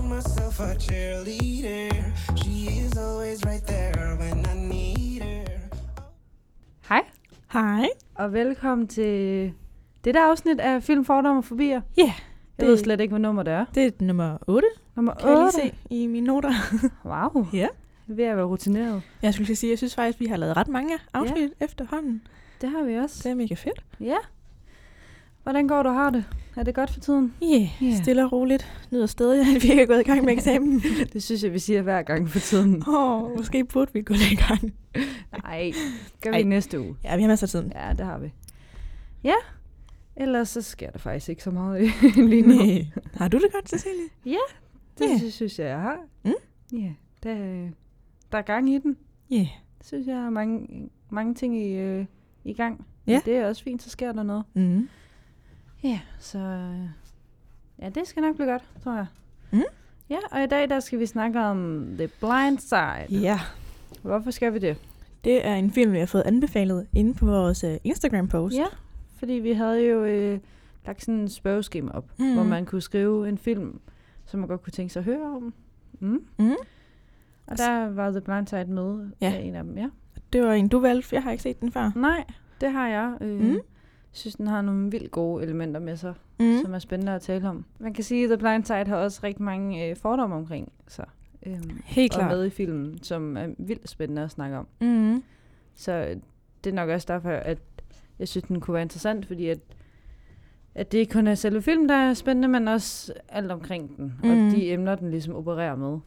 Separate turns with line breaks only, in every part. a cheerleader. She is always right there when I need her.
Hej,
Hej.
og velkommen til dette afsnit af Film, Fordomme og Fobier.
Ja, yeah,
Jeg ved slet ikke, hvad nummer det er.
det er nummer 8,
Nummer
kan jeg
8.
lige se i mine noter.
Wow,
Ja.
jeg er ved at være rutineret.
Jeg skulle lige sige, jeg synes faktisk, vi har lavet ret mange afsnit yeah. efterhånden.
Det har vi også.
Det er mega fedt.
Ja. Hvordan går du har det? Er det godt for tiden?
Ja, yeah.
Ja.
yeah. stille og roligt. Nyder stadig, at vi ikke er gået i gang med eksamen.
Det synes jeg, vi siger hver gang for tiden.
Åh, oh, måske burde vi gå lidt i gang.
Nej, gør vi Ej.
Ej.
næste uge.
Ja, vi har masser af tid.
Ja, det har vi. Ja, ellers så sker der faktisk ikke så meget lige nu.
Nej. Har du det godt, Cecilie?
Det
Ja.
yeah. synes jeg, jeg har.
Mm.
Ja, der, der er gang i den.
Ja. Yeah.
synes jeg har mange, mange ting i, øh, i gang.
Ja.
Men Det er også fint, så sker der noget.
Mm.
Ja, så øh, ja, det skal nok blive godt, tror jeg.
Mm.
Ja, og i dag der skal vi snakke om The Blind Side.
Ja.
Hvorfor skal vi det?
Det er en film, vi har fået anbefalet inde på vores øh, Instagram-post.
Ja, fordi vi havde jo øh, lagt sådan en spørgeskema op, mm. hvor man kunne skrive en film, som man godt kunne tænke sig at høre om. Mm.
Mm.
Og der var The Blind Side med
Ja.
ja. en af dem, ja.
Det var en, du valgte. Jeg har ikke set den før.
Nej, det har jeg. Øh,
Mm.
mm. synes, den har nogle vildt gode elementer med sig.
Mm.
mm. som er spændende at tale om. Man kan sige, at The Blind Side har også rigtig mange øh, fordomme omkring sig. Øhm,
Helt
og
klart.
med i filmen, som er vildt spændende at snakke om.
Mm.
Så øh, det er nok også derfor, at jeg synes, den kunne være interessant, fordi at, at det ikke kun er selve filmen, der er spændende, men også alt omkring den, mm. og
Mm.
de emner, den ligesom opererer med.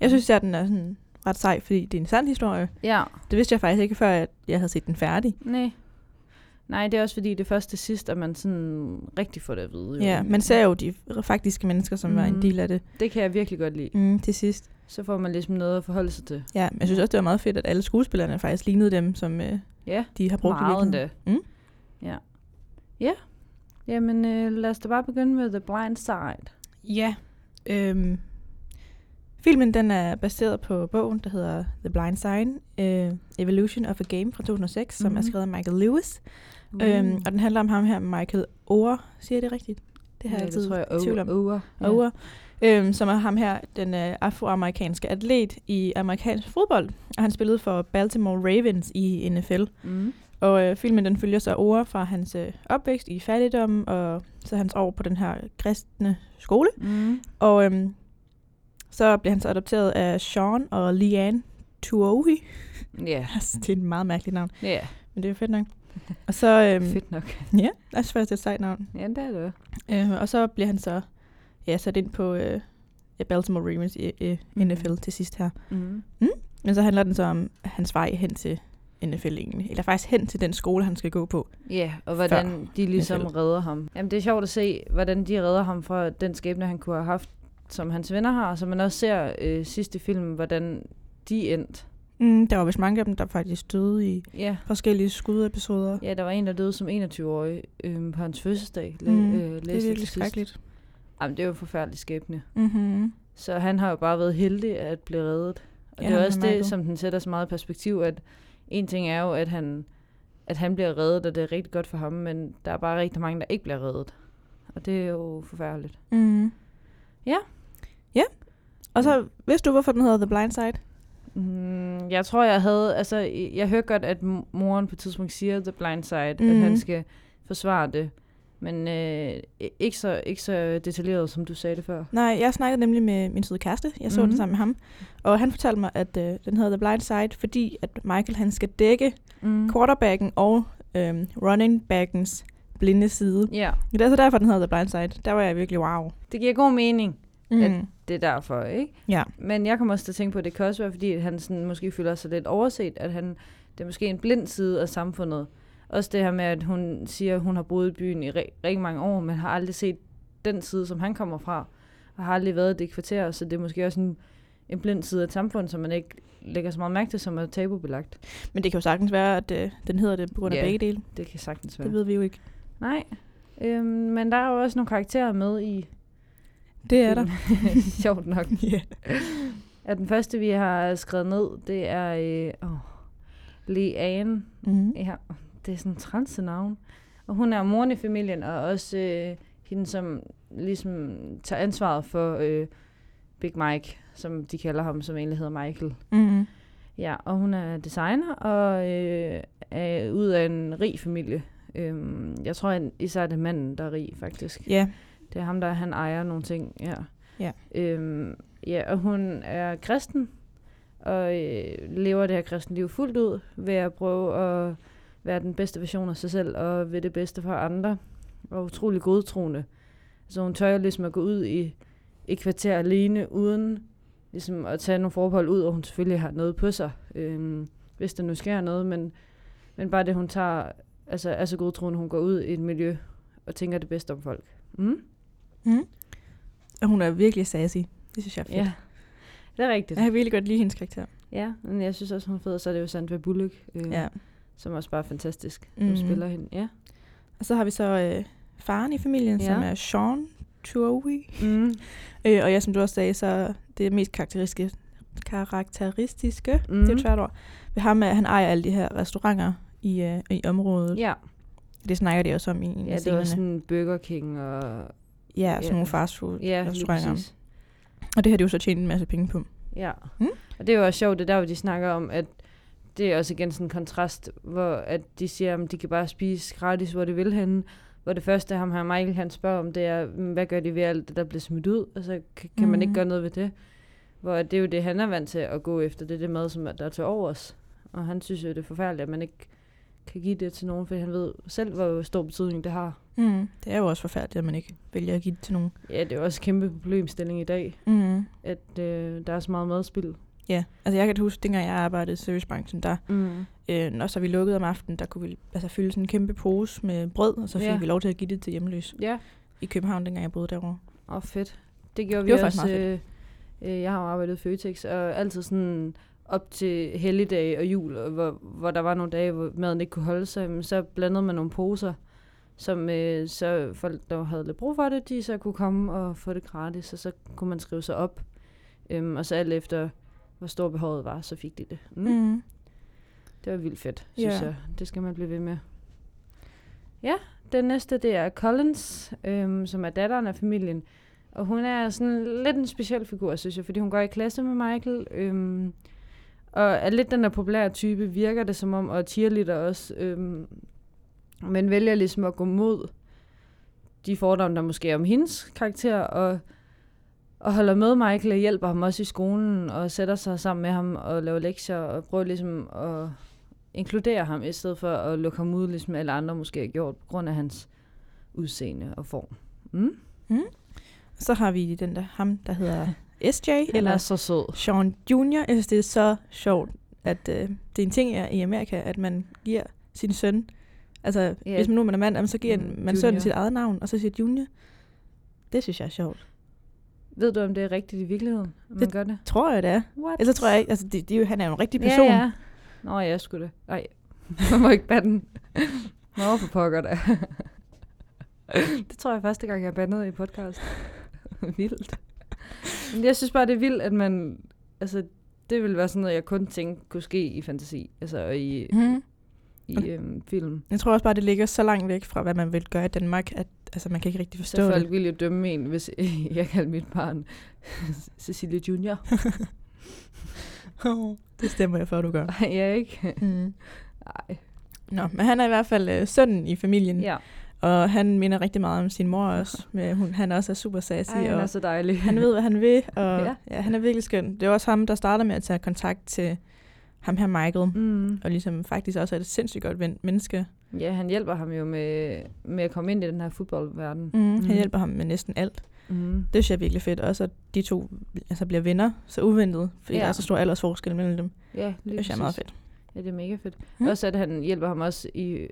Jeg synes, at den er sådan ret sej, fordi det er en sand historie.
Ja,
Det vidste jeg faktisk ikke, før at jeg havde set den færdig.
nej. Nej, det er også fordi, det er først til sidst, at man sådan rigtig får det at vide. Jo.
Ja, man ser jo de faktiske mennesker, som mm. var en
Mhm.
del af det
Det kan jeg virkelig godt lide.
mm, til sidst.
Så får man ligesom noget at forholde sig til.
Ja, men jeg synes også, det var meget fedt, at alle skuespillerne faktisk lignede dem, som øh,
Ja.
de har brugt
meget
i
endda.
Mm.
Ja. Ja. Jamen, øh, lad os da bare begynde med The Blind Side.
Ja. Øhm, filmen den er baseret på bogen, der hedder The Blind Sign, øh, Evolution of a Game fra 2006, som er
Mhm.
skrevet af Michael Lewis. Mm. Øhm, og den handler om ham her, Michael Ore. Siger jeg det rigtigt? Det har jeg altid
tror jeg,
i tvivl
over,
om.
over.
ja. Over, øhm, som er ham her, den øh, afroamerikanske atlet i amerikansk fodbold. Og han spillede for Baltimore Ravens i NFL.
Mm.
Og øh, filmen den følger så Ora fra hans øh, opvækst i fattigdom, og så hans år på den her kristne skole.
Mm.
Og øhm, så bliver han så adopteret af Sean og Leanne Tuohy.
Ja.
Altså, det er et meget mærkeligt navn,
Ja,
men det er fedt nok. Og så, øhm,
fedt nok.
ja, også faktisk et sejt navn.
Ja, det er det.
Øh, og så bliver han så ja, sat ind på øh, ja, Baltimore Ravens i, i
Mhm.
NFL til sidst her.
Mm.
Men så handler den så om hans vej hen til NFL egentlig. Eller faktisk hen til den skole, han skal gå på.
Ja, og hvordan de ligesom
NFL.
redder ham. Jamen, det er sjovt at se, hvordan de redder ham fra den skæbne, han kunne have haft, som hans venner har. Så man også ser øh, sidste film, hvordan de endte.
Mm, der var vist mange af dem, der faktisk døde i
Ja.
forskellige skudepisoder.
Ja, der var en, der døde som 21-årig øh, på hans fødselsdag. Læ-
Mm,
øh, læste
det er
jeg til
virkelig
sidst.
skrækkeligt.
Jamen, det er jo en forfærdelig skæbne.
Mm-hmm.
Så han har jo bare været heldig at blive reddet. Og
Ja,
ja, det er
han
også
er
det,
Michael.
som den sætter så meget i perspektiv, at en ting er jo, at han, at han bliver reddet, og det er rigtig godt for ham, men der er bare rigtig mange, der ikke bliver reddet. Og det er jo forfærdeligt.
Mm.
Ja.
Ja. Og så, vidste du, hvorfor den hedder The Blind Side?
Mm, jeg tror, jeg havde... Altså, jeg hørte godt, at m- moren på et tidspunkt siger The Blind Side, mm.
Mhm.
at han skal forsvare det. Men øh, ikke, så, ikke så detaljeret, som du sagde det før.
Nej, jeg snakkede nemlig med min søde kæreste. Jeg så mm.
Mhm.
den sammen med ham. Og han fortalte mig, at øh, den hedder The Blind Side, fordi at Michael han skal dække
Mm.
quarterbacken og øh, running backens blinde side.
Ja,
Det er så derfor, den hedder The Blind Side. Der var jeg virkelig wow.
det giver god mening.
Mm.
At- det er derfor, ikke?
Ja.
Men jeg kommer også til at tænke på, at det kan også være, fordi at han sådan, måske føler sig lidt overset, at han, det er måske en blind side af samfundet. Også det her med, at hun siger, at hun har boet i byen i ri- rigtig mange år, men har aldrig set den side, som han kommer fra, og har aldrig været i det kvarter, så det er måske også en, en blind side af et samfund, som man ikke lægger så meget mærke til, som er tabubelagt.
Men det kan jo sagtens være, at øh, den hedder det på grund af
Ja.
begge dele.
Det kan sagtens
Det
være.
ved vi jo ikke.
Nej, øhm, men der er jo også nogle karakterer med i
Det er der.
filmen. Sjovt nok.
yeah.
Ja, den første, vi har skrevet ned, det er øh, oh, Leanne.
mm.
Ja, det er sådan en trænse navn. Og hun er moren i familien, og også øh, hende, som ligesom tager ansvaret for øh, Big Mike, som de kalder ham, som egentlig hedder Michael.
Mm-hmm.
Ja, og hun er designer og øh, er ud af en rig familie. Øhm, jeg tror at især det er manden, der er rig, faktisk.
Ja,
Det er ham, der han ejer nogle ting. Ja.
Ja.
Øhm, ja, og hun er kristen, og øh, lever det her kristenliv fuldt ud, ved at prøve at være den bedste version af sig selv, og ved det bedste for andre, og utrolig godtroende. Så hun tør jo ligesom at gå ud i et kvarter alene, uden ligesom at tage nogle forbehold ud, og hun selvfølgelig har noget på sig, øhm, hvis der nu sker noget, men, men bare det, hun tager, altså er så godtroende, hun går ud i et miljø, og tænker det bedste om folk. Mm?
Mhm. og hun er virkelig sassy. Det synes jeg er fedt.
Ja, det er rigtigt.
Jeg kan virkelig godt lide hendes karakter.
Ja, men jeg synes også, hun er fed. Og så er det jo Sandra Bullock, øh,
Ja.
ja. som også bare er fantastisk, som
Mhm.
spiller hende. Ja.
Og så har vi så øh, faren i familien, ja.
Ja.
som er Sean Turvey.
Mm.
Øh, og ja, som du også sagde, så det mest karakteristiske, karakteristiske mm.
Mhm.
det er et svært ord, ved ham er, at han ejer alle de her restauranter i, øh, i området. Ja.
ja.
Det snakker de også om i en
ja,
af
det er
scenerne.
også sådan Burger King og...
ja, sådan
ja.
nogle fastfood
Ja, lige
restauranter.
præcis.
Og det har de jo så tjent en masse penge på.
Ja.
Mm.
Mm? Og det er jo også sjovt, det er der, hvor de snakker om, at det er også igen sådan en kontrast, hvor at de siger, at de kan bare spise gratis, hvor de vil henne. Hvor det første, ham her Michael, han spørger om, det er, "Mm, hvad gør de ved alt det, der bliver smidt ud? Og så kan, kan mm. man
Mhm.
ikke gøre noget ved det. Hvor det er jo det, han er vant til at gå efter. Det er det mad, som er- der er til overs. Og han synes jo, det er forfærdeligt, at man ikke kan give det til nogen, for han ved selv, hvor stor betydning det har.
Mm. Det er jo også forfærdeligt, at man ikke vælger at give det til nogen.
Ja, det er jo også en kæmpe problemstilling i dag,
Mm.
at øh, der er så meget madspild.
Ja, altså jeg kan da huske, dengang jeg arbejdede i servicebranchen, der,
Mm.
øh, når så vi lukkede om aftenen, der kunne vi altså, fylde sådan en kæmpe pose med brød, og så fik
Ja.
vi lov til at give det til hjemløse
Ja,
i København, dengang jeg boede derovre.
Åh, oh, fedt. Det gjorde
Det
vi
var faktisk
også. Øh, øh, jeg har jo arbejdet i Føtex, og altid sådan op til helligdag og jul, og hvor, hvor der var nogle dage, hvor maden ikke kunne holde sig, jamen, så blandede man nogle poser, som øh, så folk, der havde lidt brug for det, de så kunne komme og få det gratis, og så kunne man skrive sig op. Øhm, og så alt efter, hvor stor behovet var, så fik de det. Mm. Mm.
Mm.
Det var vildt fedt, synes
Ja.
jeg. Det skal man blive ved med. Ja, den næste, det er Collins, øhm, som er datteren af familien. Og hun er sådan lidt en speciel figur, synes jeg, fordi hun går i klasse med Michael. Øhm, og er lidt den der populære type, virker det som om, og cheerleader også. Øhm, men vælger ligesom at gå mod de fordomme, der måske er om hendes karakter, og, og holder med Michael og hjælper ham også i skolen, og sætter sig sammen med ham og laver lektier, og prøver ligesom at inkludere ham, i stedet for at lukke ham ud, ligesom alle andre måske har gjort, på grund af hans udseende og form. Mm?
Så har vi den der, ham, der hedder SJ,
Han er
eller
så sød.
Sean Junior. Jeg synes, det er så sjovt, at øh, det er en ting er i Amerika, at man giver sin søn, altså
Ja.
hvis man nu man er mand, jamen, så giver
Mm,
man sønnen
junior.
sit eget navn, og så siger Junior. Det synes jeg er sjovt.
Ved du, om det er rigtigt i virkeligheden, at man
Det-
gør det?
Tror jeg, det er.
What?
Ellers tror jeg ikke, altså det, det, er jo- han er jo en rigtig person.
Ja, ja. Nå, jeg skulle det. Nej, man må ikke bande. Nå, for pokker da. det tror jeg er første gang, jeg har bandet i podcast. vildt. Men jeg synes bare, det er vildt, at man... Altså, det ville være sådan noget, jeg kun tænkte kunne ske i fantasi. Altså, og i,
Mm.
i øhm, film.
Jeg tror også bare, det ligger så langt væk fra, hvad man vil gøre i Danmark, at altså, man kan ikke rigtig forstå
Så
det.
folk ville jo dømme en, hvis jeg kaldte mit barn Cecilie Junior.
Åh, det stemmer jeg for, du gør.
Nej, jeg ikke.
Mm.
Nej.
Nå, men han er i hvert fald øh, sønnen i familien,
Ja,
og han minder rigtig meget om sin mor også. Med, hun, han også er super sassy,
Ej, han
og
er så dejlig.
han ved, hvad han vil, og ja.
Ja.
Ja, han er virkelig skøn. Det er også ham, der starter med at tage kontakt til ham her Michael,
Mm.
og ligesom faktisk også er et sindssygt godt ven- menneske.
Ja, han hjælper ham jo med, med at komme ind i den her fodboldverden.
Mm. Han
Mm.
hjælper ham med næsten alt.
Mm.
Det synes jeg er virkelig fedt. Også at de to altså, bliver venner så uventet, fordi ja.
Ja.
der er så stor aldersforskel mellem dem. Det
Ja, lige
synes jeg er meget fedt.
Ja, det er mega fedt.
Mm.
Mm. Også at han hjælper ham også i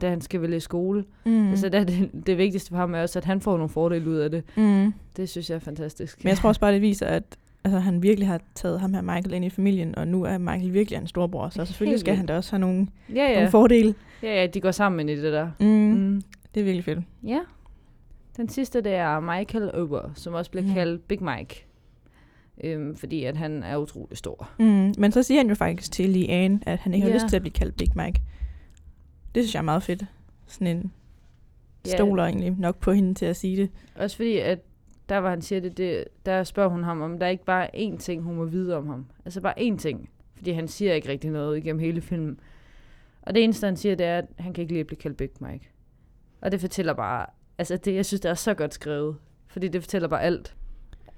da han skal vælge skole. Mm.
Mm.
Altså der, er det, det vigtigste for ham er også, at han får nogle fordele ud af det.
mm.
Det synes jeg er fantastisk.
Men jeg tror også bare, det viser, at altså, han virkelig har taget ham her Michael ind i familien, og nu er Michael virkelig hans storebror, så selvfølgelig
Helt
skal han
vildt.
da også have nogle, ja.
ja, ja.
nogle fordele.
ja, ja, de går sammen i det der.
Mm. Mm.
Mm.
Det er virkelig fedt.
Ja. Den sidste, det er Michael Ober, som også bliver
Ja.
mm. kaldt Big Mike. Øhm, fordi at han er utrolig stor.
Mm. Men så siger han jo faktisk til Liane, at han ikke yeah.
Ja.
har lyst til at blive kaldt Big Mike. Det synes jeg er meget fedt. Sådan en
Ja.
stoler egentlig nok på hende til at sige det.
Også fordi, at der hvor han siger det, det, der spørger hun ham, om der ikke bare er én ting, hun må vide om ham. Altså bare én ting. Fordi han siger ikke rigtig noget igennem hele filmen. Og det eneste, han siger, det er, at han kan ikke lide at blive kaldt Big Mike. Og det fortæller bare... Altså, det, jeg synes, det er så godt skrevet. Fordi det fortæller bare alt.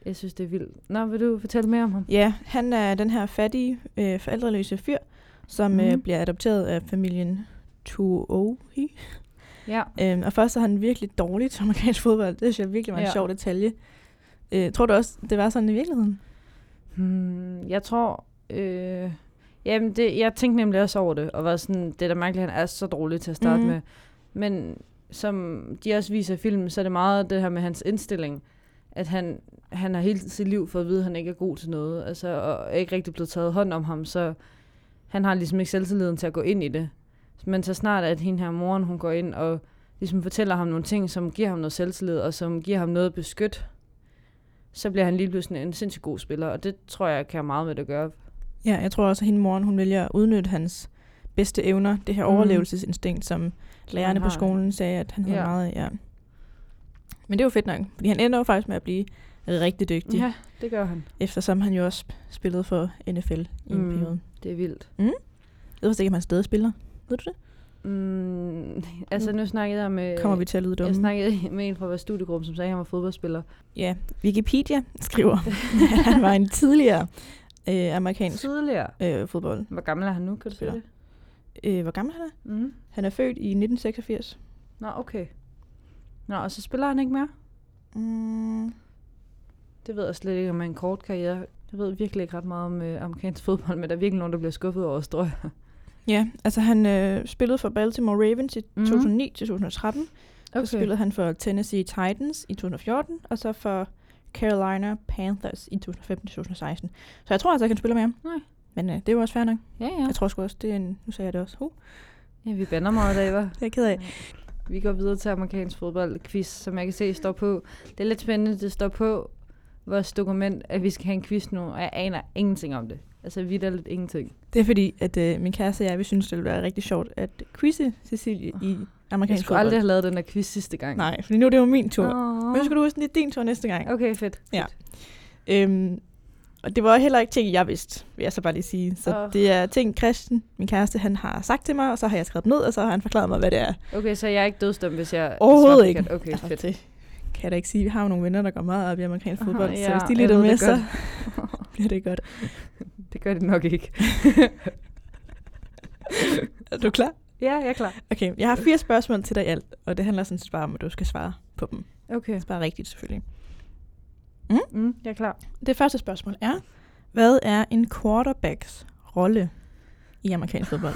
Jeg synes, det er vildt. Nå, vil du fortælle mere om ham?
Ja, han er den her fattige, øh, forældreløse fyr, som mm. øh,
Mhm.
bliver adopteret af familien Tuohi.
Ja.
Øhm, og først så er han virkelig dårlig til amerikansk fodbold. Det synes jeg virkelig var en ja.
Ja.
sjov detalje. Øh, tror du også, det var sådan i virkeligheden?
Hmm, jeg tror... Øh, jamen, det, jeg tænkte nemlig også over det, og var sådan, det er da mærkeligt, han er så dårlig til at starte mm.
Mhm.
med. Men som de også viser i filmen, så er det meget det her med hans indstilling. At han, han har hele sit liv fået at vide, at han ikke er god til noget, altså, og er ikke rigtig blevet taget hånd om ham, så han har ligesom ikke selvtilliden til at gå ind i det. Men så snart, at hende her moren, hun går ind og ligesom fortæller ham nogle ting, som giver ham noget selvtillid, og som giver ham noget at beskytte, så bliver han lige pludselig en sindssygt god spiller, og det tror jeg kan have meget med det at gøre.
Ja, jeg tror også, at hende moren, hun vælger at udnytte hans bedste evner. Det her mm.
Mhm.
overlevelsesinstinkt, som lærerne på
har.
skolen sagde, at han havde ja.
Ja.
meget af. Ja. Men det var fedt nok, fordi han ender jo faktisk med at blive rigtig
Mm.
dygtig, ja.
det gør han.
eftersom han jo også sp- spillede for NFL i en
Mm.
periode.
Det er vildt.
Jeg ved faktisk ikke, om han stadig spiller. Ved du det?
Mm, altså nu snakkede jeg med...
Kommer vi til at lyde dumme?
Jeg snakkede med en fra vores studiegruppe, som sagde, at han var fodboldspiller.
Ja, Wikipedia skriver, at han var en tidligere øh, amerikansk
Tidligere.
øh, fodbold.
Hvor gammel er han nu, kan du se
Spiller.
det?
Øh, hvor gammel han er?
Mm.
Han er født i 1986.
Nå, okay. Nå, og så spiller han ikke mere?
Mm.
Det ved jeg slet ikke om han har en kort karriere. Jeg ved virkelig ikke ret meget om øh, amerikansk fodbold, men der er virkelig nogen, der bliver skuffet over os, tror jeg.
Ja, altså han øh, spillede for Baltimore Ravens i
Mhm.
2009 til 2013. Okay. Så
Okay.
spillede han for Tennessee Titans i 2014, og så for Carolina Panthers i 2015 2016. Så jeg tror altså ikke, han spiller mere.
Nej.
Men øh, det er jo også fair nok.
Ja, ja.
Jeg tror sgu også, det er en... Nu sagde jeg det også. Huh, det
ja vi bander mig i dag, hva'?
er jeg ked af.
Vi går videre til amerikansk fodboldquiz, som jeg kan se står på. Det er lidt spændende, det står på vores dokument, at vi skal have en quiz nu, og jeg aner ingenting om det. Altså, vi der lidt ingenting.
Det er fordi, at øh, min kæreste og jeg, vi synes, det ville være rigtig sjovt at quizze Cecilie i
Jeg
amerikansk
skulle aldrig have lavet den der quiz sidste gang.
Nej, for nu er det jo min tur.
Åh.
Men nu skal du huske, det er din tur næste gang.
Okay, fedt.
Ja.
Fedt.
Øhm, og det var heller ikke ting, jeg vidste, vil jeg så bare lige sige. Så
Åh.
det er ting, Christian, min kæreste, han har sagt til mig, og så har jeg skrevet dem ned, og så har han forklaret mig, hvad det er.
Okay, så jeg er ikke dødsdømt, hvis jeg...
Overhovedet
svarer
ikke.
forkert. Okay,
Altså,
fedt.
det kan jeg da ikke sige. Vi har jo nogle venner, der går meget op i amerikansk
Aha,
fodbold, så
ja,
hvis de
jeg
lytter
ved det
med, så
godt.
bliver det godt.
det gør det nok ikke.
Er du klar?
Ja, jeg er klar.
Okay, jeg har fire spørgsmål til dig i alt, og det handler sådan set bare om, at du skal svare på dem.
Okay,
Bare rigtigt, selvfølgelig.
mm, jeg er klar.
Det første spørgsmål er, hvad er en quarterbacks rolle i amerikansk fodbold?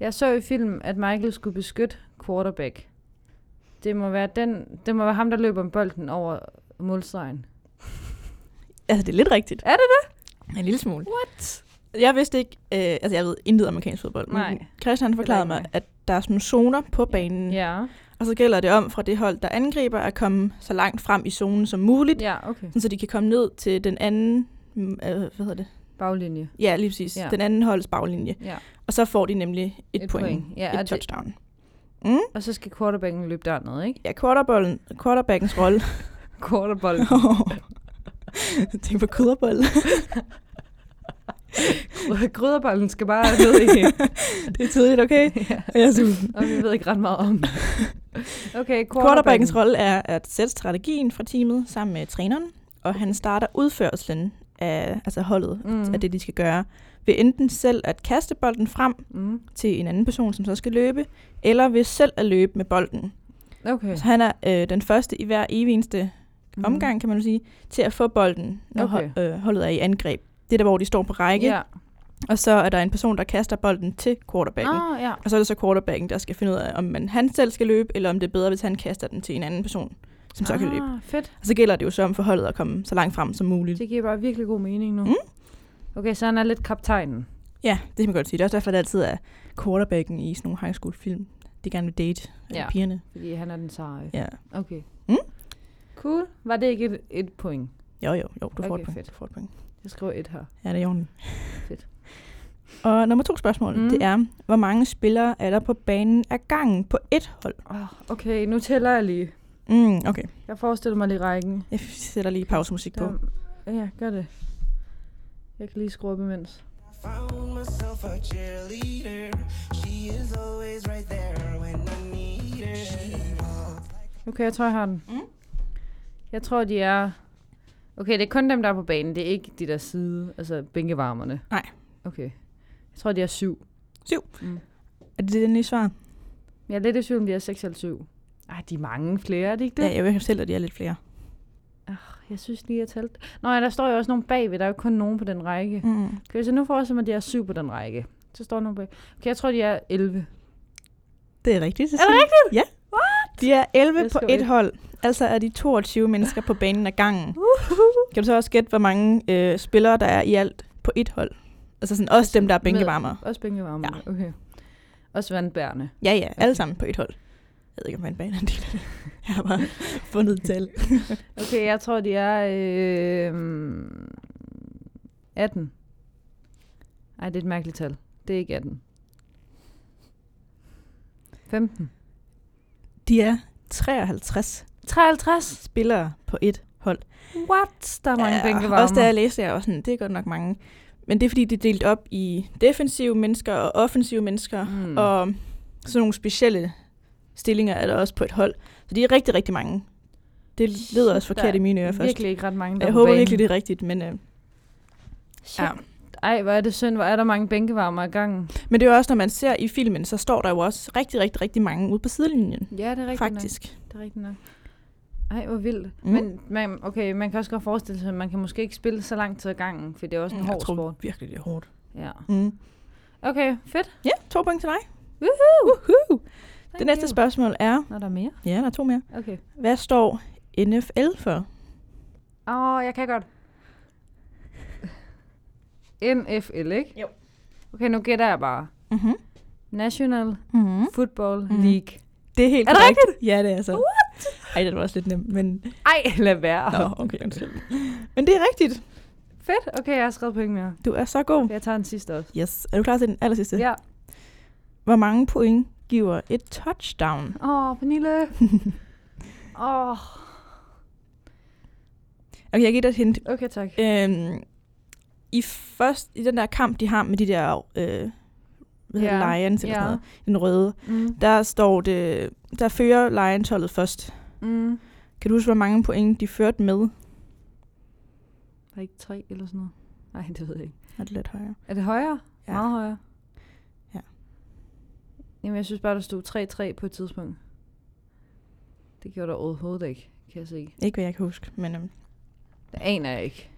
Jeg så i film, at Michael skulle beskytte quarterback. Det må være, den, det må være ham, der løber med bolden over målstregen.
Altså, det er lidt rigtigt.
Er det
det? En lille smule. What? Jeg vidste ikke, øh, altså jeg ved intet om amerikansk fodbold, men
Nej.
Christian han forklarede
Heller
mig,
ikke
at der er sådan nogle zoner på banen,
Ja.
og så gælder det om fra det hold, der angriber, at komme så langt frem i zonen som muligt,
Ja, okay.
sådan så de kan komme ned til den anden, mm, øh, hvad hedder det?
Baglinje.
Ja, lige præcis. Ja.
Ja.
Den anden holds baglinje.
Ja.
Og så får de nemlig et,
Et
point,
point. Ja, og
et
det-
touchdown. Mm?
Og så skal quarterbacken løbe dernede, ikke?
Ja, quarterbollen, quarterbackens rolle.
Quarterbolden.
Tænk på kudderbold.
Gryderbolden skal bare ned i.
det er tidligt, okay?
ja.
Og jeg er sulten.
Og vi ved ikke ret meget om det. Okay, quarterbacken.
Quarterbackens rolle er at sætte strategien fra teamet sammen med træneren, og han starter udførselen af altså holdet mm.
Mm.
af det, de skal gøre, ved enten selv at kaste bolden frem
Mm.
til en anden person, som så skal løbe, eller ved selv at løbe med bolden.
Okay.
Så han er øh, den første i hver evig eneste mm. omgang, kan man jo sige, til at få bolden, når okay.
Mhm. Okay.
øh, holdet er i angreb. Det er der, hvor de står på række,
Ja.
og så er der en person, der kaster bolden til quarterbacken.
Ah, ja.
Og så er det så quarterbacken, der skal finde ud af, om man, han selv skal løbe, eller om det er bedre, hvis han kaster den til en anden person, som så kan løbe.
Ah, fedt.
Og så gælder det jo så om forholdet at komme så langt frem som muligt.
Det giver bare virkelig god mening nu.
Mm.
Okay, så han er lidt kaptajnen.
Ja, det kan man godt sige. Det er også derfor, det altid er quarterbacken i sådan nogle high school film. De gerne vil date ja.
Ja.
pigerne.
Fordi han er den seje.
Ja.
Okay.
Mm.
Cool. Var det ikke et, et point?
Jo, jo, jo. Du får
Okay,
et point.
fedt.
Du får et point.
Jeg skriver et her.
Ja, det er i orden.
Fedt.
Og nummer to spørgsmål, mm.
Mm.
det er, hvor mange spillere er der på banen af gangen på et hold?
Oh, okay, nu tæller jeg lige.
Mm, okay.
Jeg forestiller mig lige rækken.
Jeg sætter lige pausemusik på.
Der, ja, gør det. Jeg kan lige skrue op imens.
Found myself a cheerleader. She is always right there when I need her. She walks
Okay, jeg tror, jeg har den. Mm. Jeg tror, de er... Okay, det er kun dem, der er på banen. Det er ikke de der side, altså bænkevarmerne.
Nej.
Okay. Jeg tror, de er syv.
Er det det nye svar?
Jeg er lidt i tvivl, om de er 6 eller 7. Ej, de er mange flere, er det ikke det?
Ja, jeg vil have selv, at de er lidt flere.
Jeg synes lige, jeg talte. Nå ja, der står jo også nogen bagved. Der er jo kun nogen på den række. Mm.
Mm.
Okay, hvis jeg nu forestiller mig, at de er syv på den række, så står der nogen bag. Okay, jeg tror, de er 11.
Det er rigtigt.
Er det
rigtigt? Ja. What? De er 11
Jeg
på
skal
et
væk.
hold. Altså er de 22 mennesker på banen ad gangen. Kan du så også gætte, hvor mange øh, spillere, der er i alt på et hold? Altså sådan også dem, der er bænkevarmere.
Også bænkevarmer. Ja. Okay. Også vandbærerne.
Ja, ja, alle sammen på et hold. Jeg ved ikke, om man baner en del af det. Jeg har bare fundet et tal.
Okay, jeg tror, de er øh, 18. Ej, det er et mærkeligt tal. Det er ikke 18. 15.
De er 53
53.
spillere på et hold.
What? Der er mange ja, bænkevarmer.
Også da jeg læste, jeg var sådan, det er godt nok mange. Men det er fordi, det er delt op i defensive mennesker og offensive mennesker.
Mm.
Og sådan nogle specielle stillinger er der også på et hold. Så de er rigtig, rigtig mange. Det lyder også
Shit,
forkert
der
i mine ører
er
først.
virkelig ikke ret mange, der
Jeg
er på
håber
banen.
virkelig, det er rigtigt. Men, øh,
Shit.
ja.
Ej, hvor er det synd. Hvor er der mange bænkevarmer i gangen.
men det er jo også, når man ser i filmen, så står der jo også rigtig, rigtig, rigtig mange ude på sidelinjen.
Ja, det er rigtigt
Faktisk.
nok. Det er rigtigt nok. Ej, hvor vildt.
Mm.
Mm. Men man, okay, man kan også godt forestille sig, at man kan måske ikke spille så lang tid ad gangen, for det er også en
Mm,
hård
jeg tror
sport.
virkelig, det er hårdt.
Ja.
Mm.
Okay, fedt.
Ja, to point til mig.
Woohoo!
Woohoo!
Thank
Det næste
you.
spørgsmål er...
Nå, der er mere?
Ja, der er to mere.
Okay.
Hvad står NFL for?
Åh, oh, jeg kan godt. NFL, ikke?
Jo.
Okay, nu gætter jeg bare.
Mm-hmm.
National
Mm-hmm.
Football
Mhm.
League.
Det er helt
Er det
korrekt. rigtigt? Ja, det er så. What? Ej, det var også lidt nemt, men...
Ej, lad være.
Nå, Ah, okay, undskyld. Men det er rigtigt.
Fedt. Okay, jeg har skrevet point mere.
Du er så god.
Jeg tager den sidste også.
Yes. Er du klar til den aller sidste?
Ja.
Hvor mange point giver et touchdown?
Åh, oh, Pernille. Åh, oh,
Okay, jeg giver dig et hint.
okay tak.
Øhm, i, først, I den der kamp, de har med de der øh, hvad hedder
Ja,
det, Lions eller
ja.
sådan noget, den røde,
Mm.
der står det, der fører Lions holdet først.
Mm.
Kan du huske, hvor mange point de førte med?
Der er ikke tre eller sådan noget. Nej, det ved jeg ikke.
Er det lidt højere?
Er det højere?
Ja.
Meget højere?
Ja.
Jamen, jeg synes bare, der stod 3-3 på et tidspunkt. Det gjorde der overhovedet ikke, kan jeg se.
Ikke hvad jeg kan huske, men øhm,
Det aner jeg ikke.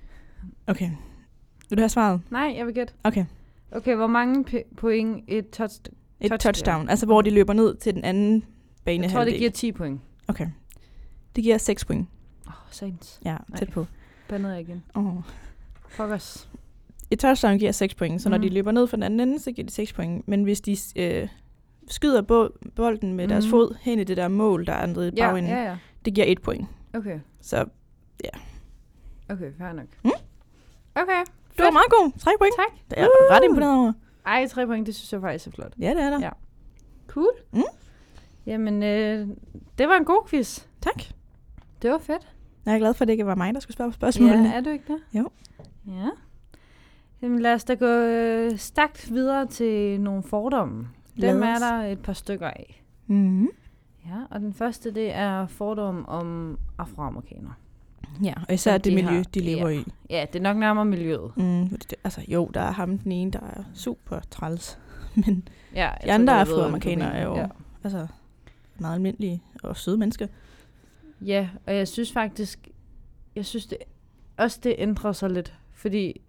okay. Vil du have svaret?
Nej, jeg vil gætte.
Okay.
Okay, hvor mange p- point et touch?
Et touchdown.
Touchdown.
touchdown. Altså, hvor de løber ned til den anden bane.
Jeg tror, det giver 10 point.
Okay. Det giver 6 point.
Åh, oh, sandt.
Ja, tæt
Ej.
på.
Bandede jeg igen.
Oh.
Fuck os.
Et touchdown giver 6 point, så når mm. de
Mhm.
løber ned fra den anden ende, så giver de 6 point. Men hvis de øh, skyder bo- bolden med mm. deres
Mhm.
fod hen i det der mål, der er nede i
Ja,
bagenden,
ja, ja.
det giver 1 point.
Okay,
Så
okay, fair nok.
Mm.
Okay.
du var meget god. 3 point.
Tak.
Det er jeg ret imponeret over.
Ej, 3 point, det synes jeg faktisk er flot.
Ja, det er der.
Ja. Cool.
Mm.
Jamen, øh, det var en god quiz.
Tak.
Det var fedt.
Jeg er glad for, at det ikke var mig, der skulle spørge på spørgsmålene.
Ja, er du ikke det?
Jo.
Ja. Jamen, lad os da gå øh, stakt videre til nogle fordomme.
Lad
Dem er
os.
der et par stykker af.
Mm-hmm.
Ja, og den første, det er fordom om afroamerikanere.
ja, og især
Som
det
de
miljø,
har-
de lever i.
Ja, det er nok nærmere miljøet.
Mm, det- altså jo, der er ham den ene, der er super træls. Men
Ja, jeg
de
tror,
andre
jeg ved, hvad du
afroamerikanere er
mener.
jo ja.
Ja.
altså, meget almindelige og søde mennesker.
ja, og jeg synes faktisk, jeg synes det, også det ændrer sig lidt, fordi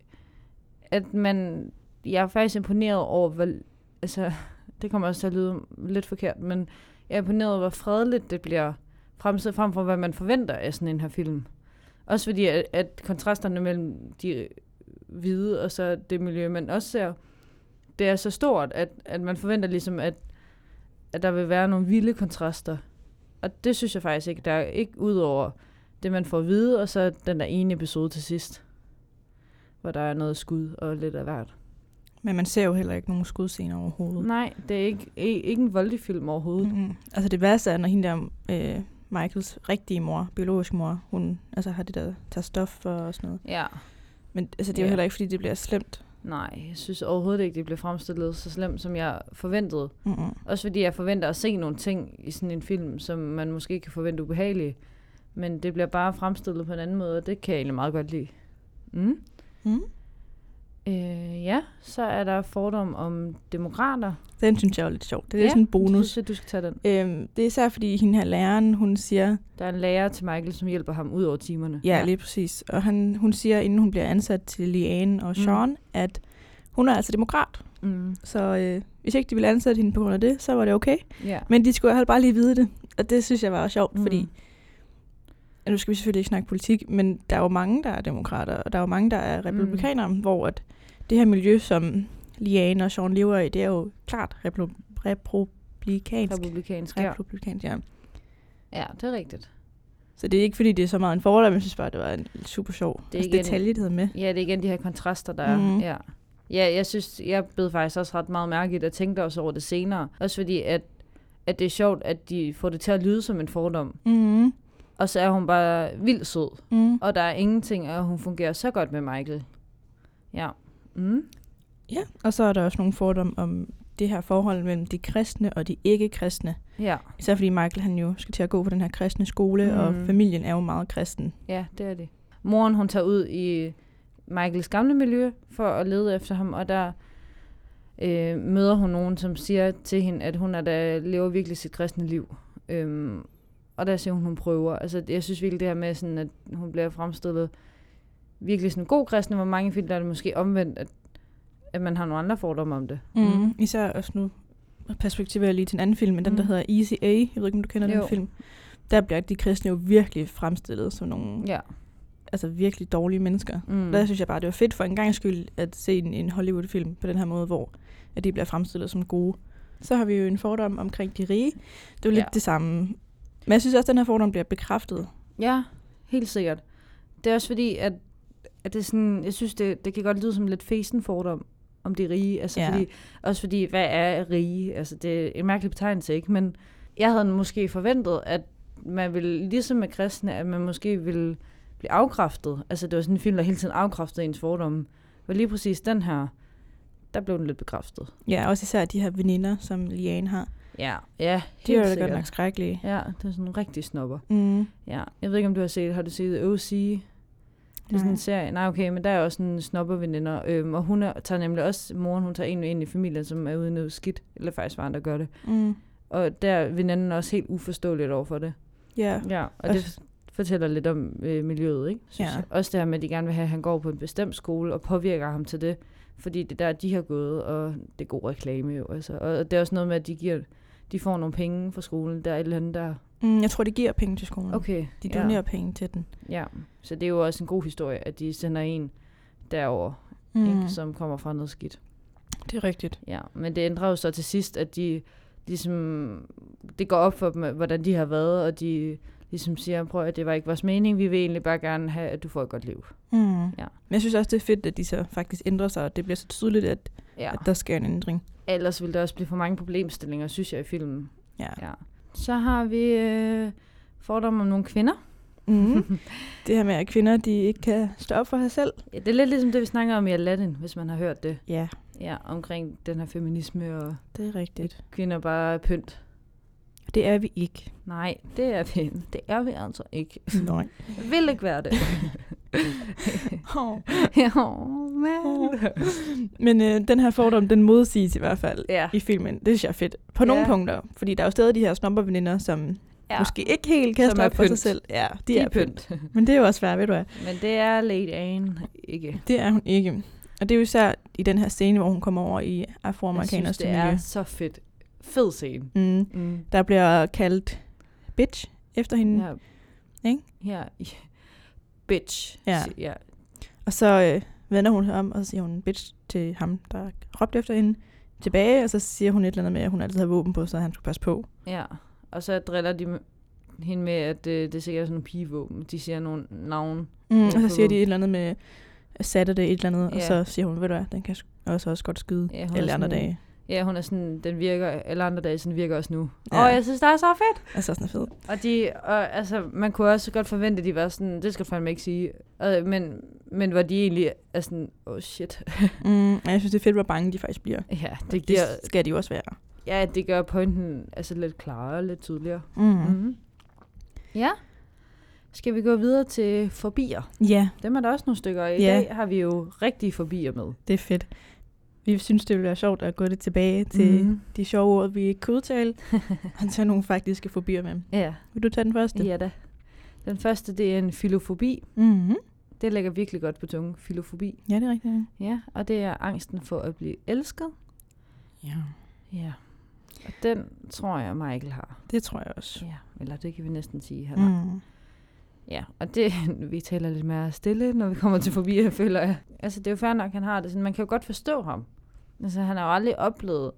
at man, jeg er faktisk imponeret over, hvor, altså, det kommer også til at lyde lidt forkert, men jeg er imponeret over, hvor fredeligt det bliver fremstillet frem for, hvad man forventer af sådan en her film. Også fordi, at, at kontrasterne mellem de hvide og så det miljø, man også ser, det er så stort, at, at man forventer ligesom, at, at der vil være nogle vilde kontraster. Og det synes jeg faktisk ikke, der er ikke ud over det, man får at vide, og så den der ene episode til sidst, hvor der er noget skud og lidt af hvert.
Men man ser jo heller ikke nogen skudscener overhovedet.
Nej, det er ikke, i- ikke en voldelig film overhovedet.
Mm-hmm. Altså det værste er, når hende der øh, Michaels rigtige mor, biologiske mor, hun altså, har det der, tager stof og sådan noget.
Ja,
Men altså, det er jo
Ja.
heller ikke, fordi det bliver slemt.
nej, jeg synes overhovedet ikke, det blev fremstillet så slemt, som jeg forventede.
Mm-mm.
Også fordi jeg forventer at se nogle ting i sådan en film, som man måske kan forvente ubehagelige. Men det bliver bare fremstillet på en anden måde, og det kan jeg egentlig meget godt lide. Mm.
Mm.
Øh, ja, så er der fordom om demokrater.
Den synes jeg er lidt sjov. Det er
Ja,
ja, sådan en
Jeg
bonus.
synes, at du skal tage den.
Øhm, det er især, fordi hende her læreren, hun siger,
Der er en lærer til Michael, som hjælper ham ud over timerne.
ja, lige præcis, og han, hun siger, inden hun bliver ansat til Liane og
Mm.
Sean, mm. at hun er altså demokrat,
Mm.
så øh, hvis ikke de ville ansætte hende på grund af det, så var det okay.
ja.
Men de skulle i hvert fald bare lige vide det, og det synes jeg var sjovt, mm. fordi
Mm.
ja, nu skal vi selvfølgelig ikke snakke politik, men der er jo mange, der er demokrater, og der er jo mange, der er republikanere, mm. hvor at det her miljø, som Liane og Sean lever i, det er jo klart repro- republikansk.
Republikansk, ja.
Republikansk, ja.
ja. det er rigtigt.
Så det er ikke, fordi det er så meget en fordel, men jeg synes bare, det var en super sjov det
er
altså,
igen-
detalje, det havde med.
Ja, det er igen de her kontraster, der er.
Mhm.
Ja. ja, jeg synes, jeg blev faktisk også ret meget mærke i det, og tænkte også over det senere. Også fordi, at, at det er sjovt, at de får det til at lyde som en fordom.
Mm-hmm.
Og så er hun bare vildt sød.
Mm.
Og der er ingenting, at hun fungerer så godt med Michael. Ja. Mm.
Ja, og så er der også nogle fordomme om det her forhold mellem de kristne og de ikke-kristne.
Ja,
Især fordi Michael han jo skal til at gå på den her kristne skole, mm. og
Mhm.
familien er jo meget kristen.
ja, det er det. Moren, hun tager ud i Michaels gamle miljø for at lede efter ham, og der øh, møder hun nogen, som siger til hende, at hun er der lever virkelig sit kristne liv. Øhm, og der siger hun, hun prøver. Altså, jeg synes virkelig det her med, sådan, at hun bliver fremstillet virkelig sådan en god kristen, hvor mange film, der er det måske omvendt, at, at man har nogle andre fordomme om det.
Mm. Især også nu perspektiverer jeg lige til en anden film, men den der
Mm.
hedder Easy A, jeg ved ikke, om du kender
Jo.
den film. Der bliver de kristne jo virkelig fremstillet som nogle
Ja.
altså virkelig dårlige mennesker.
Mm.
Mm. Der synes jeg bare, det var fedt for en gang skyld at se en, en Hollywood-film på den her måde, hvor at de bliver fremstillet som gode. Så har vi jo en fordom omkring de rige. Det er jo lidt
Ja.
det samme. Men jeg synes også, at den her fordom bliver bekræftet.
Ja, helt sikkert. Det er også fordi, at, at det er sådan, jeg synes, det, det kan godt lyde som lidt fesen fordom om de rige. Altså ja.
Ja.
fordi, også fordi, hvad er rige? Altså, det er en mærkelig betegnelse, ikke? Men jeg havde måske forventet, at man ville, ligesom med kristne, at man måske ville blive afkræftet. Altså, det var sådan en film, der hele tiden afkræftede ens fordomme. Og lige præcis den her, der blev den lidt bekræftet.
Ja, også især de her veninder, som Liane har.
Ja, ja helt
De er jo da
sikkert.
godt nok skrækkelige.
Ja, det er sådan nogle rigtige snopper.
Mm.
Ja, jeg ved ikke, om du har set, har du set OC? Det er sådan en serie. Nej, okay, men der er også en snobberveninder, øhm, og hun er, tager nemlig også, moren hun tager en ind i familien, som er ude i noget skidt, eller faktisk var andre der gør det.
Mm.
Og der er veninden også helt uforståeligt over for det.
Ja.
Ja, og det fortæller lidt om øh, miljøet, ikke? Synes
Ja.
jeg. Også det her med, at de gerne vil have, at han går på en bestemt skole og påvirker ham til det, fordi det er der, de har gået, og det er god reklame jo. Altså. Og det er også noget med, at de giver de får nogle penge fra skolen, der er et eller andet der.
Mm, jeg tror, det giver penge til skolen.
Okay.
Mm. De
ja.
donerer ja. penge til den.
Ja, så det er jo også en god historie, at de sender en derover, mm. ikke, som kommer fra noget skidt.
Det er rigtigt.
Ja, men det ændrer jo så til sidst, at de ligesom, det går op for dem, at- hvordan de har været, og de ligesom siger, prøv at det var ikke vores mening, vi vil egentlig bare gerne have, at du får et godt liv.
Mm.
Ja.
Men jeg synes også, det er fedt, at de så faktisk ændrer sig, og det bliver så tydeligt, at,
Ja,
at der sker en ændring.
ellers ville der også blive for mange problemstillinger, synes jeg, i filmen.
Ja.
ja. Så har vi øh, fordomme om nogle kvinder.
Mm. det her med, at kvinder de ikke kan stå op for sig selv.
Ja, det er lidt ligesom det, vi snakker om i Aladdin, hvis man har hørt det.
Ja,
Ja, omkring den her feminisme og
det er rigtigt.
kvinder bare er pynt.
Det er vi ikke.
Nej, det er vi, det er vi altså ikke.
Nej.
Vil ikke være det.
Oh.
oh, man.
Men øh, den her fordom, den modsiges i hvert fald
Ja.
i filmen. Det synes jeg er fedt. På nogle
Ja.
punkter. Fordi der er jo stadig de her snobberveninder, som
Ja.
ja. måske ikke helt kan
Som
stå
er
op for sig
pynt.
selv. Ja, de,
De
er,
er
pynt.
pynt.
Men det er jo også svært, ved du hvad.
Men det er Lady Anne ikke.
Det er hun ikke. Og det er jo især i den her scene, hvor hun kommer over i
Jeg synes,
afroamerikaners
det
miljø.
er så fedt. Fed scene.
Mm.
Mm.
Der bliver kaldt bitch efter hende. Ja.
Ja.
Ikke?
Ja. ja. Bitch.
Ja.
Si- ja.
Og så øh, vender hun sig om, og så siger hun bitch til ham, der råbte efter hende tilbage. Og så siger hun et eller andet med, at hun altid har våben på, så han skulle passe på.
Ja. Og så driller de m- hende med, at øh, det er sikkert sådan nogle pigevåben. De siger nogle navne.
Mm,
Ja,
og så
på
siger de
våben.
et eller andet med Saturday et eller andet,
Ja.
og så siger hun, ved du hvad, den kan sk- også, også godt skyde
Ja,
ja,
hun er
alle andre
sådan en-
dage.
Ja, hun er sådan, den virker, alle andre dage, sådan virker også nu. Ja.
Ja.
Og jeg synes, det er så fedt.
Altså sådan er fed.
Og de, og, altså, man kunne også godt forvente, at de var sådan, det skal du fandme ikke sige. Og, men, men hvor de egentlig er sådan, oh shit.
Mm, og jeg synes, det er fedt, hvor bange de faktisk bliver.
ja, det
Det,
giver,
det skal de jo også være.
ja, det gør pointen altså lidt klarere og lidt tydeligere.
Mm. Mm.
Mm-hmm. Ja. Skal vi gå videre til forbier?
Ja,
Dem er der også nogle stykker af. I
Ja.
dag har vi jo rigtige forbier med.
det er fedt. Vi synes, det ville være sjovt at gå lidt tilbage til mm.
Mhm.
de sjove ord, vi ikke kunne udtale, og tage nogle faktiske fobier med.
Ja,
Vil du tage den første?
ja da. Den første, det er en filofobi.
Mm-hmm.
Det lægger virkelig godt på tungen, filofobi.
Ja, det er rigtigt.
Ja, og det er angsten for at blive elsket.
Ja.
Ja. Og den tror jeg, Michael har.
Det tror jeg også.
Ja, eller det kan vi næsten sige, han mm.
Mm.
Ja, og det, vi taler lidt mere stille, når vi kommer til forbi, føler jeg. Altså, det er jo fair nok, han har det. Sådan, man kan jo godt forstå ham. Altså, han har jo aldrig oplevet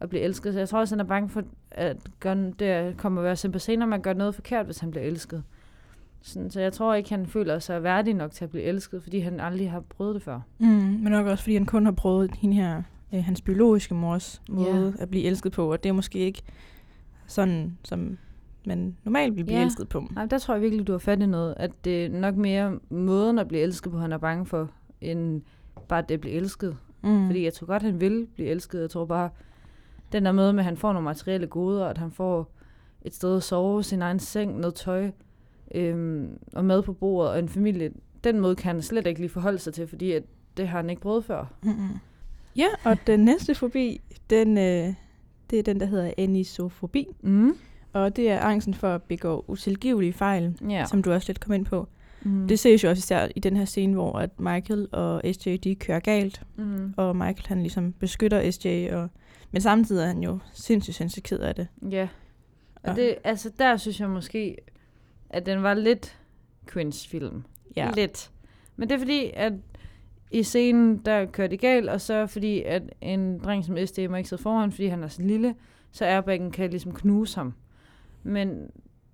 at blive elsket, så jeg tror også, han er bange for, at gøre, det kommer være sendt på senere, man gør noget forkert, hvis han bliver elsket. Sådan, så jeg tror ikke, han føler sig værdig nok til at blive elsket, fordi han aldrig har prøvet det før.
Mm. Men nok også, fordi han kun har prøvet hende her, øh, hans biologiske mors måde at blive elsket på, og det er måske ikke sådan, som man normalt vil blive
Ja.
elsket på.
Nej, men der tror jeg virkelig, du har fat i noget, at det er nok mere måden at blive elsket på, han er bange for, end bare det at blive elsket.
Mm.
Mm. Fordi jeg tror godt, han vil blive elsket. Jeg tror bare, den der møde med, at han får nogle materielle goder, at han får et sted at sove, sin egen seng, noget tøj, øhm, og mad på bordet, og en familie. Den måde kan han slet ikke lige forholde sig til, fordi at det har han ikke prøvet før.
Mm-mm. Mhm. Ja, og den næste fobi, den, øh, det er den, der hedder anisofobi.
Mm.
Og det er angsten for at begå utilgivelige fejl,
Ja.
ja. som du også lidt kom ind på.
Mm.
Det ses jo også især i den her scene, hvor at Michael og SJ de kører galt,
Mm.
og Michael han ligesom beskytter SJ, og, men samtidig er han jo sindssygt, sindssygt ked af det.
Ja. Og
Og-
det, altså, der synes jeg måske, at den var lidt cringe-film. Ja.
Mm.
Lidt. Men det er fordi, at i scenen, der kører det galt, og så fordi, at en dreng som SD må ikke sidde foran, fordi han er så lille, så airbaggen kan ligesom knuse ham. Men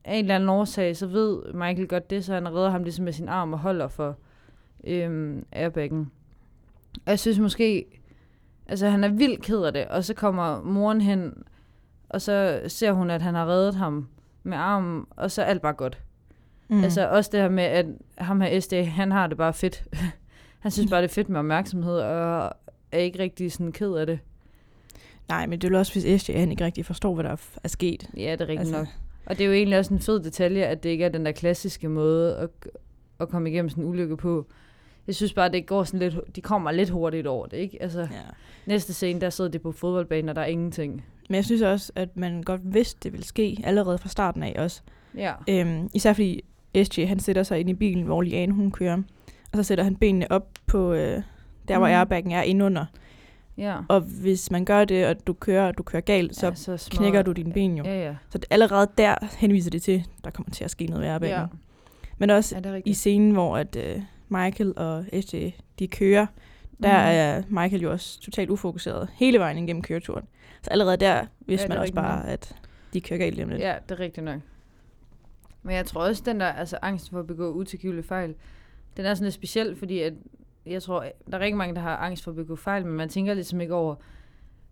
af en eller anden årsag, så ved Michael godt det, så han redder ham ligesom med sin arm og holder for øhm, airbaggen. Og jeg synes måske, altså han er vildt ked af det, og så kommer moren hen, og så ser hun, at han har reddet ham med armen, og så er alt bare godt.
Mm.
Mm. Altså også det her med, at ham her SD, han har det bare fedt. han synes bare, det er fedt med opmærksomhed, og er ikke rigtig sådan ked af det.
Nej, men det er jo også, hvis SJ han ikke rigtig forstår, hvad der er f- er sket.
Ja, det er rigtigt altså.
Altså.
nok. Og det er jo egentlig også en fed detalje, at det ikke er den der klassiske måde at, at komme igennem sådan en ulykke på. Jeg synes bare, det går sådan lidt, de kommer lidt hurtigt over det, ikke? Altså, ja.
Ja.
næste scene, der sidder de på fodboldbanen, og der er ingenting.
Men jeg synes også, at man godt vidste, det ville ske allerede fra starten af også.
Ja.
Øhm, især fordi SJ, han sætter sig ind i bilen, hvor Liane hun kører. Og så sætter han benene op på øh, der, hvor
Mm.
mm. airbaggen er indunder.
Ja.
Og hvis man gør det, og du kører, og du kører galt, så
ja,
ja,
så smadrer-
knækker du dine ben jo. Ja.
Ja, ja.
Så det- allerede der henviser det til, der kommer til at ske noget ved airbaggen.
Ja,
Ja. Men også
er det er
i
rigtigt?
scenen, hvor at, øh, Michael og SJ, de kører, der
Mhm.
er Michael jo også totalt ufokuseret hele vejen igennem køreturen. Så allerede der
Ja,
vidste
det
man
er
også
rigtigt nok.
bare, at de kører galt lige om lidt.
Ja, det er rigtigt nok. Men jeg tror også, den der altså, angst for at begå utilgivelige fejl, den er sådan lidt speciel, fordi at, jeg tror, der er rigtig mange, der har angst for at begå fejl, men man tænker ligesom ikke over,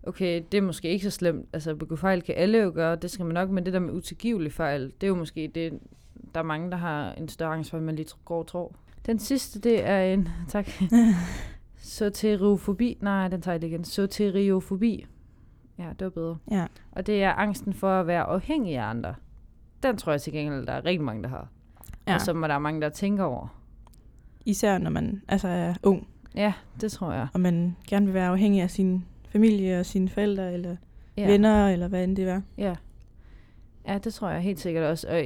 okay, det er måske ikke så slemt. Altså, at begå fejl kan alle jo gøre, det skal man nok, men det der med utilgivelige fejl, det er jo måske det, der er mange, der har en større angst for, end man lige tr- går og tror. Den sidste, det er en... Tak. Soteriofobi. Nej, den tager jeg lige igen. Soteriofobi. Ja, det var bedre.
Ja.
Og det er angsten for at være afhængig af andre. Den tror jeg til gengæld, der er rigtig mange, der har. Ja.
Ja.
Og som der er mange, der tænker over.
Især når man altså er ung,
Ja, det tror jeg.
og man gerne vil være afhængig af sin familie og sine forældre, eller
Ja.
ja. venner, eller hvad end det er.
Ja. ja, det tror jeg helt sikkert også. Og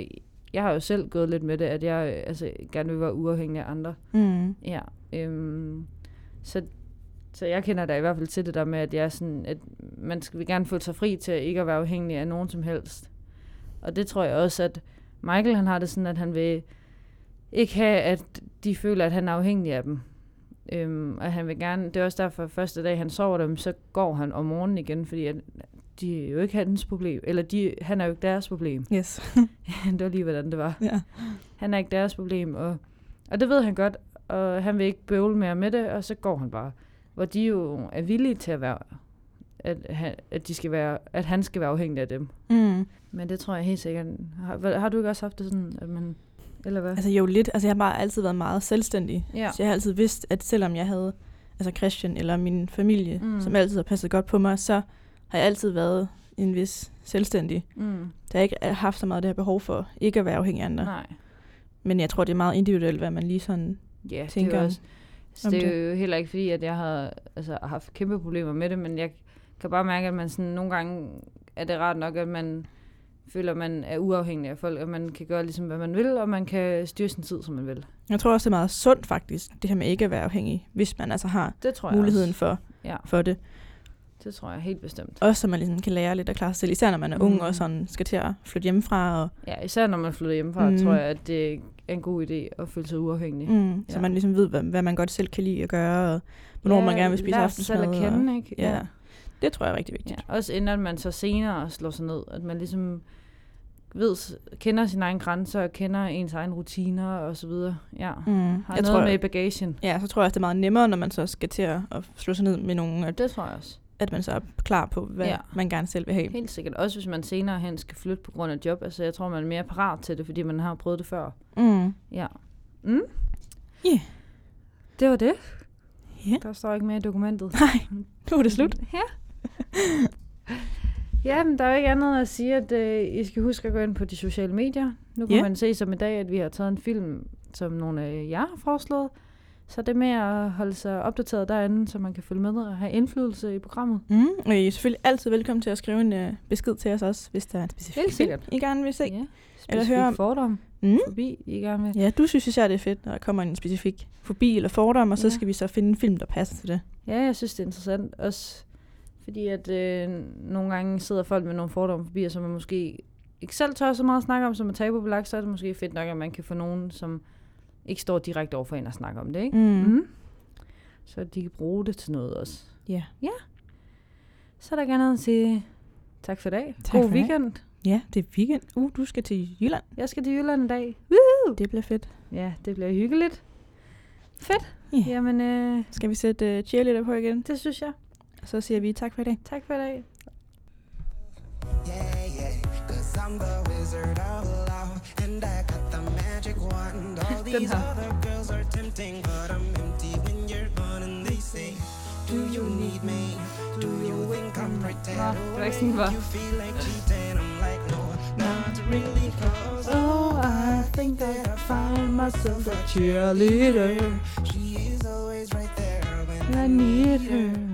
jeg har jo selv gået lidt med det, at jeg øh, altså, gerne vil være uafhængig af andre.
Mm.
Ja. Øhm, så, så jeg kender da i hvert fald til det der med, at, jeg er sådan, at man skal vil gerne føle sig fri til ikke at være afhængig af nogen som helst. Og det tror jeg også, at Michael han har det sådan, at han vil ikke have, at de føler, at han er afhængig af dem. Øhm, og han vil gerne, det er også derfor, at første dag han sover dem, så går han om morgenen igen, fordi at de er jo ikke hans problem, eller de, han er jo ikke deres problem.
Yes.
det var lige, hvordan det var.
ja.
Han er ikke deres problem, og, og det ved han godt, og han vil ikke bøvle mere med det, og så går han bare. Hvor de jo er villige til at være at, han, at, de skal være, at han skal være afhængig af dem.
Mm.
Men det tror jeg helt sikkert. Har, hvad- har du ikke også haft det sådan, at man... Eller hvad?
Altså jo lidt, altså jeg har bare altid været meget selvstændig.
Ja.
Så jeg har altid vidst, at selvom jeg havde altså Christian eller min familie,
Mm.
mm. som altid har passet godt på mig, så har jeg altid været en vis selvstændig.
Mm.
Der har jeg ikke haft så meget det her behov for ikke at være afhængig af andre.
Nej.
Men jeg tror, det er meget individuelt, hvad man lige sådan...
Ja, det
tænker
er jo
om-
også Så
om
det er
det.
jo heller ikke fordi, at jeg har altså, haft kæmpe problemer med det, men jeg kan bare mærke, at man sådan, nogle gange er det rart nok, at man føler, at man er uafhængig af folk, og man kan gøre ligesom, hvad man vil, og man kan styre sin tid, som man vil.
Jeg tror også, det er meget sundt faktisk, det her med ikke at være afhængig, hvis man altså har
Det tror jeg
muligheden
også.
for,
Ja.
for det.
Det tror jeg helt bestemt.
Også så man ligesom kan lære lidt at klare sig selv, især når man er ung
Mm.
og sådan skal til at flytte hjemmefra. Og,
Ja, især når man flytter hjemmefra, mm.
Mm.
tror jeg, at det er en god idé at føle sig uafhængig.
mm, så
Ja.
man ligesom ved, hvad, hvad man godt selv kan lide at gøre, og hvornår ja, man gerne vil spise
lær sig
aftensmad.
selv at
og-
kende, ikke?
Ja, det tror jeg er rigtig vigtigt.
Ja, også inden at man så senere slår sig ned, at man ligesom ved, kender sine egne grænser, og kender ens egne rutiner og så videre. Ja, mm.
Mm.
har
Jeg
noget
tror,
med i bagagen.
ja, så tror jeg også, det er meget nemmere, når man så skal til at, at slå sig ned med nogen, at,
Det tror jeg også.
at man så er klar på, hvad
Ja.
ja. man gerne selv vil have.
Helt sikkert. Også hvis man senere hen skal flytte på grund af job. Altså, jeg tror, man er mere parat til det, fordi man har prøvet det før.
Mm.
Ja. Mm?
Ja.
Det var det.
Ja.
Der står ikke mere i dokumentet.
Nu er det slut.
Ja. ja, men der er jo ikke andet at sige, at øh, I skal huske at gå ind på de sociale medier. Nu kan
Ja.
man se som i dag, at vi har taget en film, som nogle af jer har foreslået. Så det med at holde sig opdateret derinde, så man kan følge med og have indflydelse i programmet.
Mm. Og I er selvfølgelig altid velkommen til at skrive en uh, besked til os også, hvis der er en
Helt
specifik
sikkert.
film, I gerne vil se.
Ja.
Eller
Eller
høre
høre
om-
fordom
Mm.
forbi, I gerne vil.
Ja, du synes især, det er fedt, når der kommer en specifik fobi eller fordom, og så
Ja.
ja. skal vi så finde en film, der passer til det.
Ja, jeg synes, det er interessant. Også fordi, at øh, nogle gange sidder folk med nogle fordomme forbi, og som man måske ikke selv tør så meget snakke om, som er tabubelagt, så er det måske fedt nok, at man kan få nogen, som ikke står direkte over for en og snakker om det, ikke?
Mm. Mm.
Så de kan bruge det til noget også.
Ja.
Så er der gerne at sige tak for i dag.
Tak
God
for i dag.
weekend.
ja, det er weekend. Uh, du skal til Jylland.
Jeg skal til Jylland i dag.
Det bliver fedt.
Ja, det bliver hyggeligt. Fedt.
Ja.
Jamen, øh,
Skal vi sætte uh, cheerleader på igen?
det synes jeg.
Og så siger vi tak for i dag.
Tak for i dag.
Yeah, yeah, cause I'm the wizard of love, and I got the magic wand. All these
her.
other girls are tempting, but I'm empty when you're gone, and they say, Do you need me? Do you think I'm pretend?
Nå, det var ikke sådan, det var.
You feel like cheating? I'm like, No, not really, cause
Oh, I think that I find myself a cheerleader.
she is always right there when
I need her.